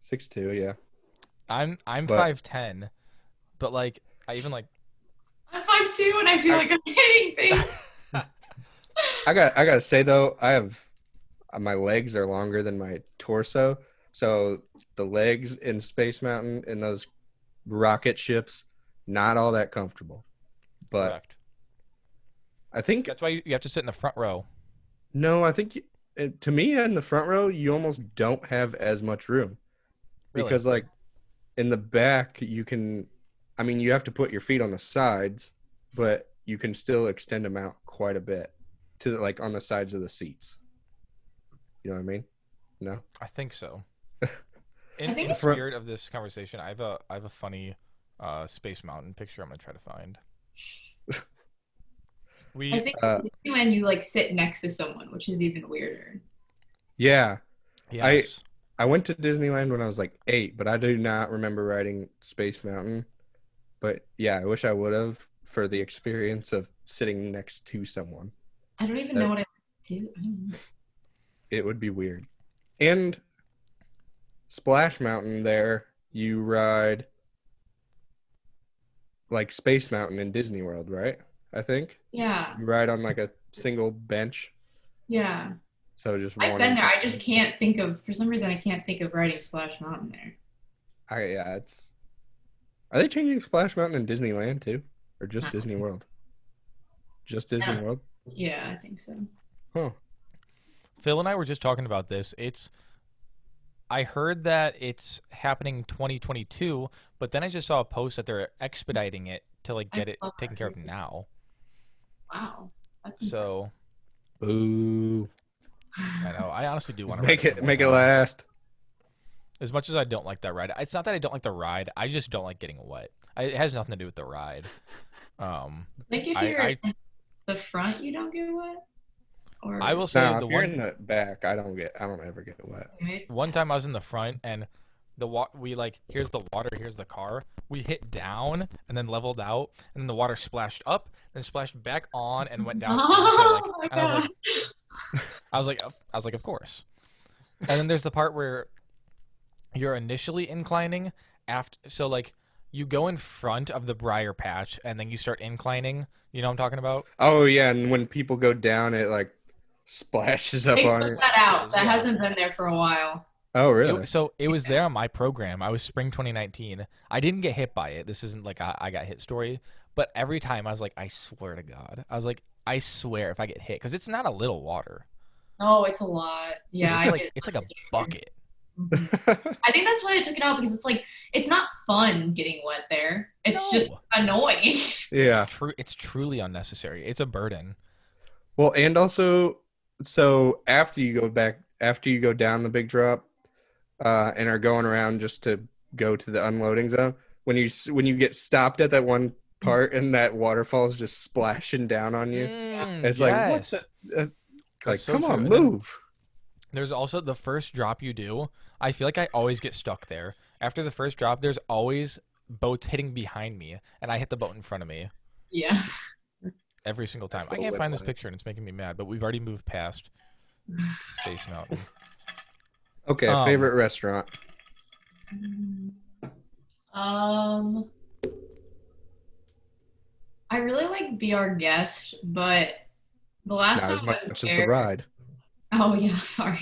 B: Six two, yeah.
A: I'm I'm
B: But-
A: five ten, but like I even like
C: I'm five two, and I feel like I'm hitting things.
B: I got I gotta say though, I have uh, my legs are longer than my torso, so the legs in Space Mountain in those rocket ships, not all that comfortable. But
A: correct.
B: I think
A: That's why you, you have to sit in the front row.
B: no, I think you- it, to me in the front row you almost don't have as much room
A: Really.
B: because like in the back you can, I mean you have to put your feet on the sides, but you can still extend them out quite a bit to like on the sides of the seats. You know what I mean? No.
A: I think so. In,
C: I
A: in
C: think
B: it's- For-
A: spirit of this conversation, I have a I have a funny uh, space mountain picture. I'm gonna try to find. We
C: I think
B: Uh,
C: when you like sit next to someone, which is even weirder.
B: Yeah. I-
A: yes.
B: I went to Disneyland when I was like eight, but I do not remember riding Space Mountain. But yeah, I wish I would have for the experience of sitting next to someone.
C: I don't even
B: Uh,
C: know what I do. I don't know.
B: It would be weird. And Splash Mountain, there you ride like Space Mountain in Disney World, right? I think
C: Yeah,
B: you ride on like a single bench.
C: yeah.
B: So just
C: I've
B: one
C: been there. I just can't think of for some reason. I can't think of riding Splash Mountain there.
B: I, yeah, it's. Are they changing Splash Mountain in Disneyland too, or just
C: Uh-uh.
B: Disney World? Just Disney
C: Yeah.
B: World.
C: Yeah, I think so.
B: Huh.
A: Phil and I were just talking about this. It's I heard that it's happening 2022, but then I just saw a post that they're expediting it to like
C: I
A: get it
C: saw that
A: taken care of
C: too.
A: now.
C: Wow, that's impressive.
A: So
B: Boo.
A: I know I honestly do want to
B: Make it make it last.
A: As much as I don't like that ride, it's not that I don't like the ride. I just don't like getting wet. I, it has nothing to do with the ride. Um,
C: I think if
A: I-
C: you're
A: I-
C: in the front, you don't get wet. Or
A: I will say
B: No,
A: the
B: if you're
A: one
B: in the back, I don't get. I don't ever get wet.
C: Anyways,
A: one time I was in the front and the wa- we like here's the water, here's the car. We hit down and then leveled out, and then the water splashed up, then splashed back on and went down.
C: Oh,
A: into, and
C: my
A: I was
C: God.
A: like, I was like, of- I was like, of course. And then there's the part where you're initially inclining after, so like you go in front of the briar patch and then you start inclining. You know what I'm talking about?
B: Oh yeah, and when people go down, it like splashes up
C: they
B: on
C: took
B: it.
C: that out. That
A: Yeah.
C: hasn't been there for a while.
B: Oh
A: It-
B: really?
A: so it was there on my program. I was spring 2019. I didn't get hit by it. This isn't like a, I got hit story, but every time I was like, I swear to God, I was like, I swear if I get hit, because it's not a little water.
C: No, it's a lot. Yeah,
A: it's
C: I
A: like
C: get
A: it's
C: it.
A: like a bucket.
C: Mhm. I think that's why they took it out because it's like it's not fun getting wet there.
A: No.
C: It's just annoying.
B: yeah.
A: True, it's truly unnecessary. It's a burden.
B: Well, and also, so after you go back, after you go down the big drop, uh, and are going around just to go to the unloading zone, when you s- when you get stopped at that one part and that waterfall's just splashing down on you,
A: Mm,
B: it's like what
A: yes.
B: the, that's, it's like
A: so
B: come on,
A: true. And then-
B: move.
A: There's also the first drop you do. I feel like I always get stuck there. After the first drop, there's always boats hitting behind me, and I hit the boat in front of me
C: yeah.
A: every single time.
B: That's
A: I
B: the
A: can't find this
B: whiplash.
A: picture, and it's making me mad. But we've already moved past Space Mountain.
B: Okay,
A: Um,
B: favorite restaurant.
C: Um, I really like Be Our Guest, but the last
B: Not as
C: time I
B: much
C: was
B: as
C: there,
B: the ride.
C: oh yeah, sorry.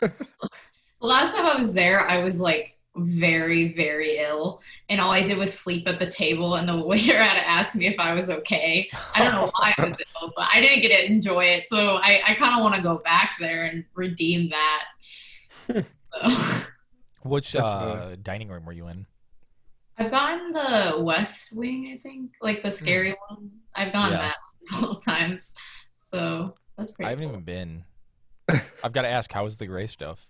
C: the last time I was there, I was like very, very ill. And all I did was sleep at the table, and the waiter had to ask me if I was okay. I don't know why I was ill, but I didn't get to enjoy it. So I, I kind of want to go back there and redeem that. So.
A: Which
B: That's
A: uh, dining room were you in?
C: I've gotten the West Wing, I think, like the scary one. I've gotten
A: Yeah.
C: that a couple times. So that's pretty
A: I haven't
C: cool.
A: even been. I've got to ask, how was the gray stuff?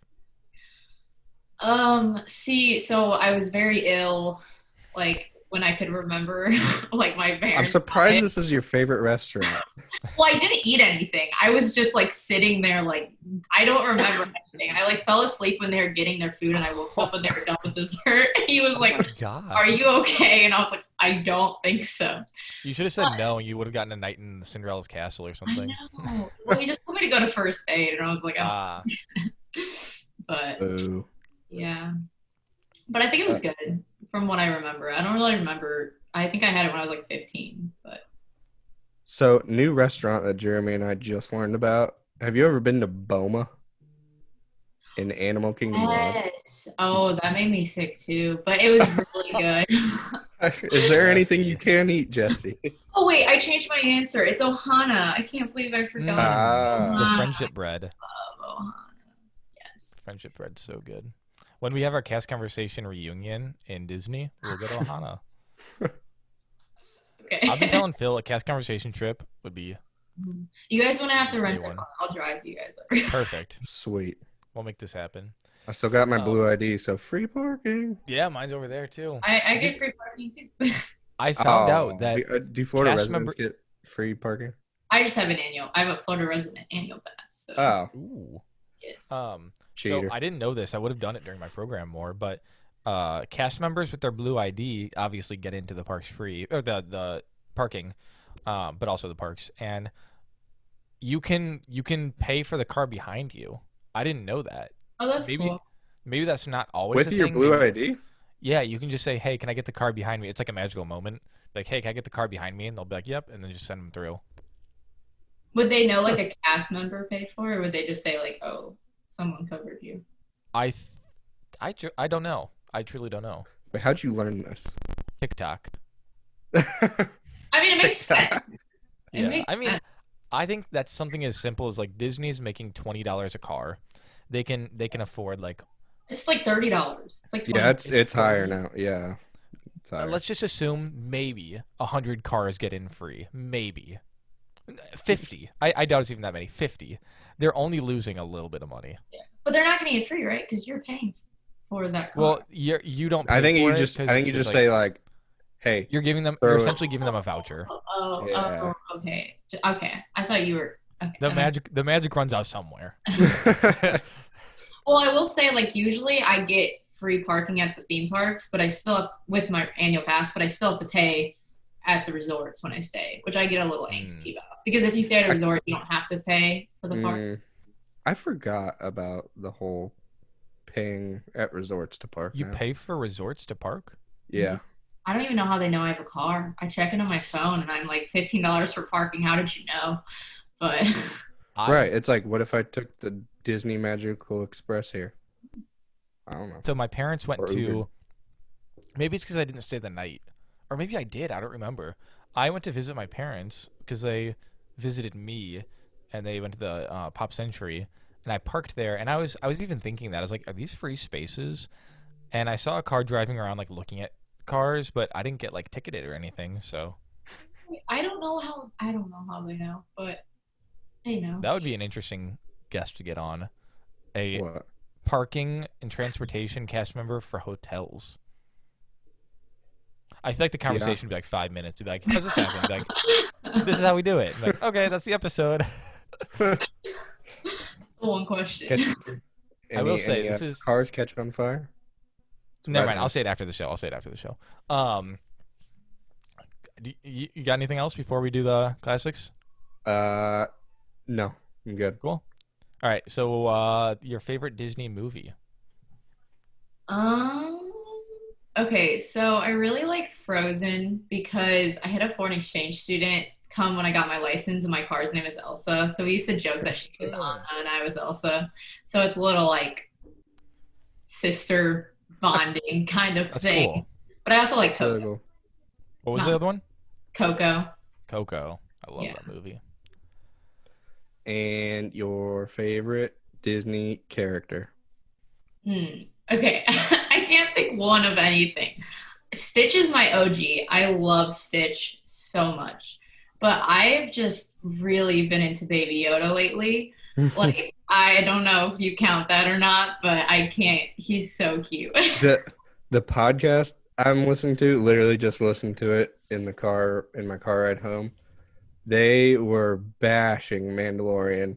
C: Um, see, so I was very ill, like when I could remember, like my parents.
B: I'm surprised this is your favorite restaurant.
C: Well, I didn't eat anything. I was just like sitting there, like I don't remember anything. I like fell asleep when they were getting their food, and I woke up when they were done with dessert. he was
A: oh
C: like,
A: my God.
C: "Are you okay?" And I was like, "I don't think so."
A: You should have said no. You would have gotten a night in Cinderella's castle or something.
C: I know. well, he just told me to go to first aid, and I was like, oh.
A: Ah, Uh.
C: "But
B: Boo.
C: yeah." But I think it was good from what I remember. I don't really remember. I think I had it when I was like 15, but.
B: So, new restaurant that Jeremy and I just learned about. Have you ever been to Boma in Animal Kingdom Lodge?
C: Yes. Oh, that made me sick too. But it was really good.
B: Is there anything
A: Jesse.
B: you can eat, Jesse?
C: oh wait, I changed my answer. It's Ohana. I can't believe I forgot.
A: Mm.
B: Ah.
A: the
C: Ah.
A: friendship bread.
C: Love Ohana. Yes.
A: Friendship bread's so good. When we have our cast conversation reunion in Disney, we'll go to Ohana. I've been
C: Okay.
A: telling Phil a cast conversation trip would be
C: you guys want to have to rent
A: Day
C: a
A: one.
C: car. I'll drive you guys over.
A: perfect.
B: Sweet.
A: We'll make this happen.
B: I still got my
A: Oh.
B: blue ID, so free parking.
A: Yeah, mine's over there too.
C: I, I get free parking too.
A: I found
B: Oh,
A: out that
B: we- uh, do Florida
A: cast
B: residents
A: member-
B: get free parking?
C: I just have an annual. I have a Florida resident annual pass. So
B: Oh,
A: ooh,
C: yes.
A: um,
B: cheater!
A: So I didn't know this. I would have done it during my program more, but uh, cast members with their blue ID obviously get into the parks free or the the parking, um, but also the parks, and you can you can pay for the car behind you. I didn't know that.
C: oh, that's
A: maybe-
C: cool.
A: Maybe that's not always
B: With
A: a
B: your
A: thing.
B: blue
A: Maybe-
B: ID,
A: Yeah, you can just say, "Hey, can I get the car behind me?" It's like a magical moment. Like, "Hey, can I get the car behind me?" And they'll be like, "Yep," and then just send them through.
C: Would they know like a cast member paid for, it, or would they just say like, "Oh, someone covered you"?
A: I, th- I, tr- I don't know. I truly don't know.
B: Wait, how'd you learn this?
A: TikTok.
C: I mean, it makes sense. It
A: Yeah,
C: makes
A: I mean,
C: sense.
A: I think that's something as simple as like Disney's making twenty dollars a car. They can they can afford like
C: It's like thirty dollars. It's like
B: yeah, it's
A: It's
B: it's higher
A: totally-
B: now. Yeah, it's
A: uh,
B: higher.
A: let's just assume maybe hundred cars get in free, maybe fifty. I, I doubt it's even that many. Fifty. They're only losing a little bit of money.
C: But they're not going to get free, right? Because you're paying for that car.
A: Well, you you don't.
B: I
A: pay
B: think
A: for
B: you
A: it
B: just I
A: 'cause
B: think
A: it's
B: you just
A: like-
B: say like, hey,
A: you're giving them. You're
B: throw it-
A: essentially giving them a voucher.
C: oh, oh,
B: Yeah.
C: oh, okay, J- okay. I thought you were okay.
A: The
C: that makes-
A: magic the magic runs out somewhere.
C: Well, I will say, like usually I get free parking at the theme parks, but I still have with my annual pass, but I still have to pay at the resorts when I stay, which I get a little angsty about because if you stay at a resort, you don't have to pay for the park.
B: Mm. I forgot about the whole paying at resorts to park.
A: You
B: now.
A: pay for resorts to park.
B: Yeah.
C: I don't even know how they know I have a car. I check it on my phone, and I'm like fifteen dollars for parking. How did you know? But
A: I-
B: right. It's like, what if I took the Disney Magical Express here? I don't know.
A: So my parents went
B: Or
A: to.
B: Uber.
A: Maybe it's because I didn't stay the night, or maybe I did. I don't remember. I went to visit my parents because they visited me, and they went to the uh, Pop Century, and I parked there. And I was I was even thinking that I was like, are these free spaces? And I saw a car driving around, like looking at cars, but I didn't get like ticketed or anything. So
C: I don't know how I don't know how they know, but they know.
A: that would be an interesting guest to get on. A
B: What?
A: parking and transportation cast member for hotels. I feel like the conversation would be like five minutes. It'd be like, how's this happen? Be like, this is how we do it. Be like, okay, that's the episode.
C: The one question.
B: Catch, uh,
A: I will say, this is-
B: cars catch on fire.
A: Never mind.
B: Surprising.
A: I'll say it after the show. I'll say it after the show. Um, do you, you got anything else before we do the classics?
B: Uh, no, I'm good.
A: Cool. All right. So, uh, your favorite Disney movie?
C: Um. Okay, so I really like Frozen because I had a foreign exchange student come when I got my license, and my car's name is Elsa. So we used to joke that she was
A: Oh.
C: Anna and I was Elsa. So it's a little like sister bonding kind of
A: That's
C: thing.
A: cool.
C: But I also like
B: Really
C: Coco.
B: cool.
A: What was the
C: Wow.
A: other one?
C: Coco.
A: Coco. I love
C: Yeah.
A: that movie.
B: And your favorite Disney character?
C: Hmm. Okay. I can't think one of anything. Stitch is my OG. I love Stitch so much. But I've just really been into Baby Yoda lately. Like, I don't know if you count that or not, but I can't. He's so cute.
B: the the podcast I'm listening to, literally just listened to it in the car in my car ride home. They were bashing Mandalorian.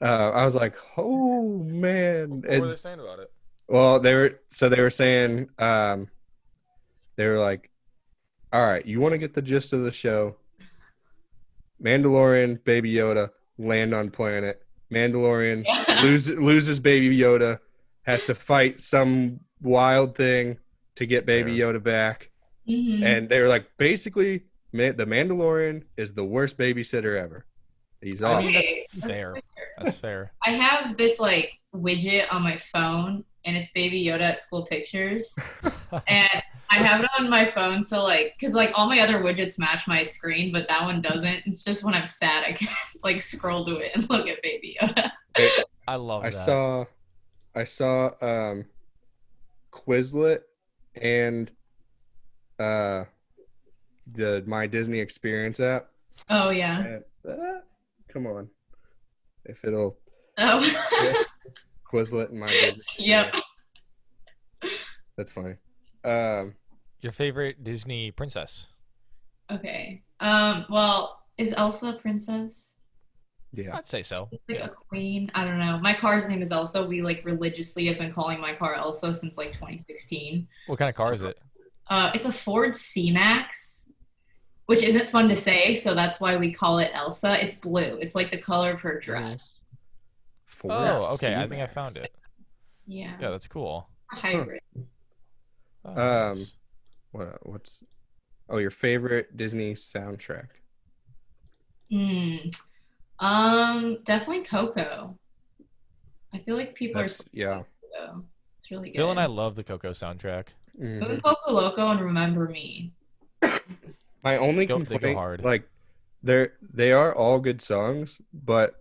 B: Uh, I was like, oh man! And-
A: saying about it?
B: well, they were so they were saying um, they were like, all right, you want to get the gist of the show? Mandalorian, Baby Yoda land on planet. Mandalorian lose, loses baby Yoda, has to fight some wild thing to get baby Yoda back.
C: Mhm.
B: And they were like, basically, Ma- the Mandalorian is the worst babysitter ever. He's
A: I
B: off.
A: mean, that's
C: Okay.
A: fair. That's fair.
C: I have this like widget on my phone and it's baby Yoda at school pictures. and I have it on my phone so like cuz like all my other widgets match my screen but that one doesn't. It's just when I'm sad I can like scroll to it and look at baby Yoda.
A: I love
B: I
A: that.
B: saw, I saw um, Quizlet and uh, the My Disney Experience app.
C: Oh yeah.
B: And, uh, come on, if it'll
C: Oh.
B: Quizlet and My Disney,
C: yep.
B: that's funny. Um,
A: Your favorite Disney princess?
C: Okay. Um well, is Elsa a princess?
B: yeah,
A: I'd say so.
C: Like
A: Yeah.
C: a queen? I don't know. My car's name is Elsa. We like religiously have been calling my car Elsa since like 2016.
A: What kind of car is it?
C: Uh, it's a Ford C Max, which isn't fun to say, so that's why we call it Elsa. It's blue. It's like the color of her dress.
B: Ford
A: Oh, okay. I think I
B: C-Max.
A: found it.
C: Yeah,
A: Yeah, that's cool.
C: hybrid.
A: Oh,
B: Um,
A: nice.
B: What, what's oh your favorite Disney soundtrack?
C: Hmm. Um, definitely Coco. I feel like people
B: That's yeah.
C: are so Coco. It's really good.
A: Phil and I love the Coco soundtrack.
B: Mhm.
C: Go Coco Loco and Remember Me.
B: My only
A: Go- they go
B: complaint,
A: hard.
B: like they're they are all good songs, but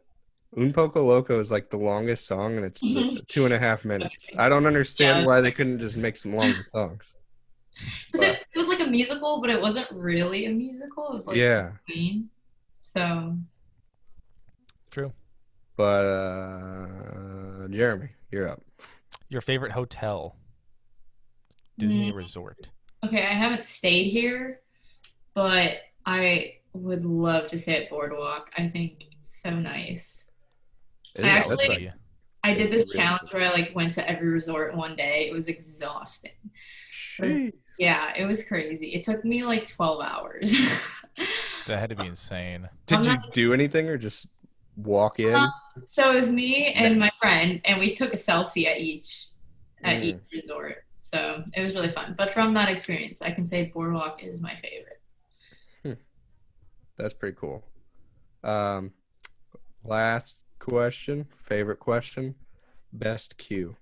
B: Un Poco Loco is like the longest song, and it's
C: Mhm.
B: two and a half minutes. I don't understand
C: Yeah.
B: why they couldn't just make some longer songs.
C: 'Cause It, it was like a musical, but it wasn't really a musical. It was like
B: yeah,
C: Queen. So
A: True.
B: but uh Jeremy, you're up.
A: Your favorite hotel? Disney
C: hmm.
A: Resort.
C: Okay, I haven't stayed here, but I would love to stay at Boardwalk. I think it's so nice.
B: It is- that's
C: Actually-
B: like-
C: I did this
B: Really?
C: challenge where I like went to every resort in one day. It was exhausting.
B: Sheesh.
C: Yeah, it was crazy. It took me like 12 hours.
A: that had to be insane.
B: Did you
C: not-
B: do anything or just walk in?
C: Uh, so it was me and my
B: Nice.
C: friend, and we took a selfie at each at
B: Mm.
C: each resort. So it was really fun. But from that experience, I can say Boardwalk is my favorite.
B: That's pretty cool. Um, last question, favorite question, best cue.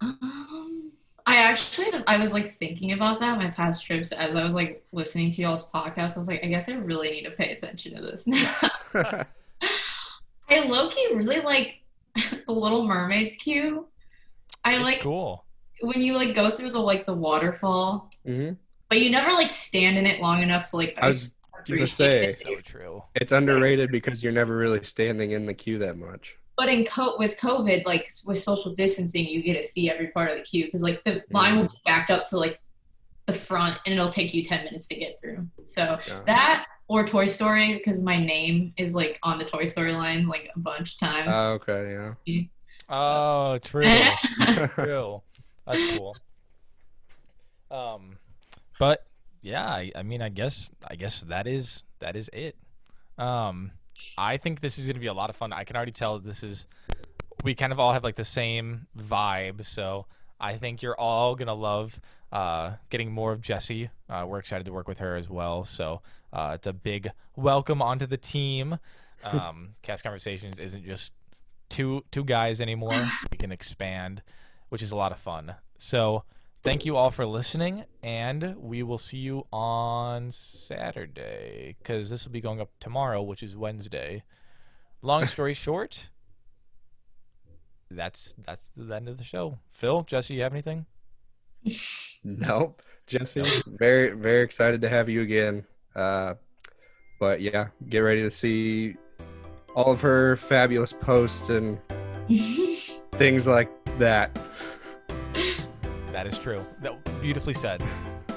C: Um, I actually, I was like thinking about that my past trips as I was like listening to y'all's podcast. I was like, I guess I really need to pay attention to this now.
B: Mm-hmm.
C: I low key really like the Little Mermaid's cue. I
A: it's
C: like
A: cool.
C: when you like go through the like the waterfall,
B: hmm
C: but you never like stand in it long enough to like.
B: I was gonna say
A: So true.
B: it's underrated because you're never really standing in the queue that much.
C: but in co- with COVID, like s- with social distancing, you get to see every part of the queue because like the line will be backed up to like the front, and it'll take you ten minutes to get through. So
B: Yeah.
C: That or Toy Story because my name is like on the Toy Story line like a bunch of times.
B: Oh, okay, yeah.
A: Oh, true. true. That's cool. Um, but yeah, I, I mean, I guess, I guess that is that is it. Um, I think this is gonna be a lot of fun. I can already tell this is. We kind of all have like the same vibe, so I think you're all gonna love uh, getting more of Jessie. Uh, we're excited to work with her as well, so uh, it's a big welcome onto the team. Um, Cast Conversations isn't just two two guys anymore. we can expand, which is a lot of fun. So thank you all for listening, and we will see you on Saturday because this will be going up tomorrow, which is Wednesday. Long story short, that's that's the end of the show. Phil, Jesse, you have anything?
B: Nope. Jesse, very, very excited to have you again. Uh, but yeah, get ready to see all of her fabulous posts and things like that.
A: That is true. That beautifully said.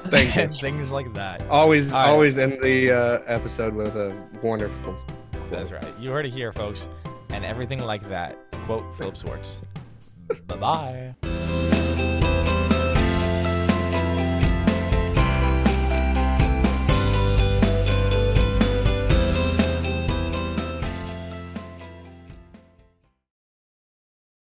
B: Thank you.
A: And things like that.
B: Always,
A: All right.
B: always end the uh, episode with a wonderful.
A: That's right. You heard it here, folks. And everything like that. Quote Philip Swartz. bye bye.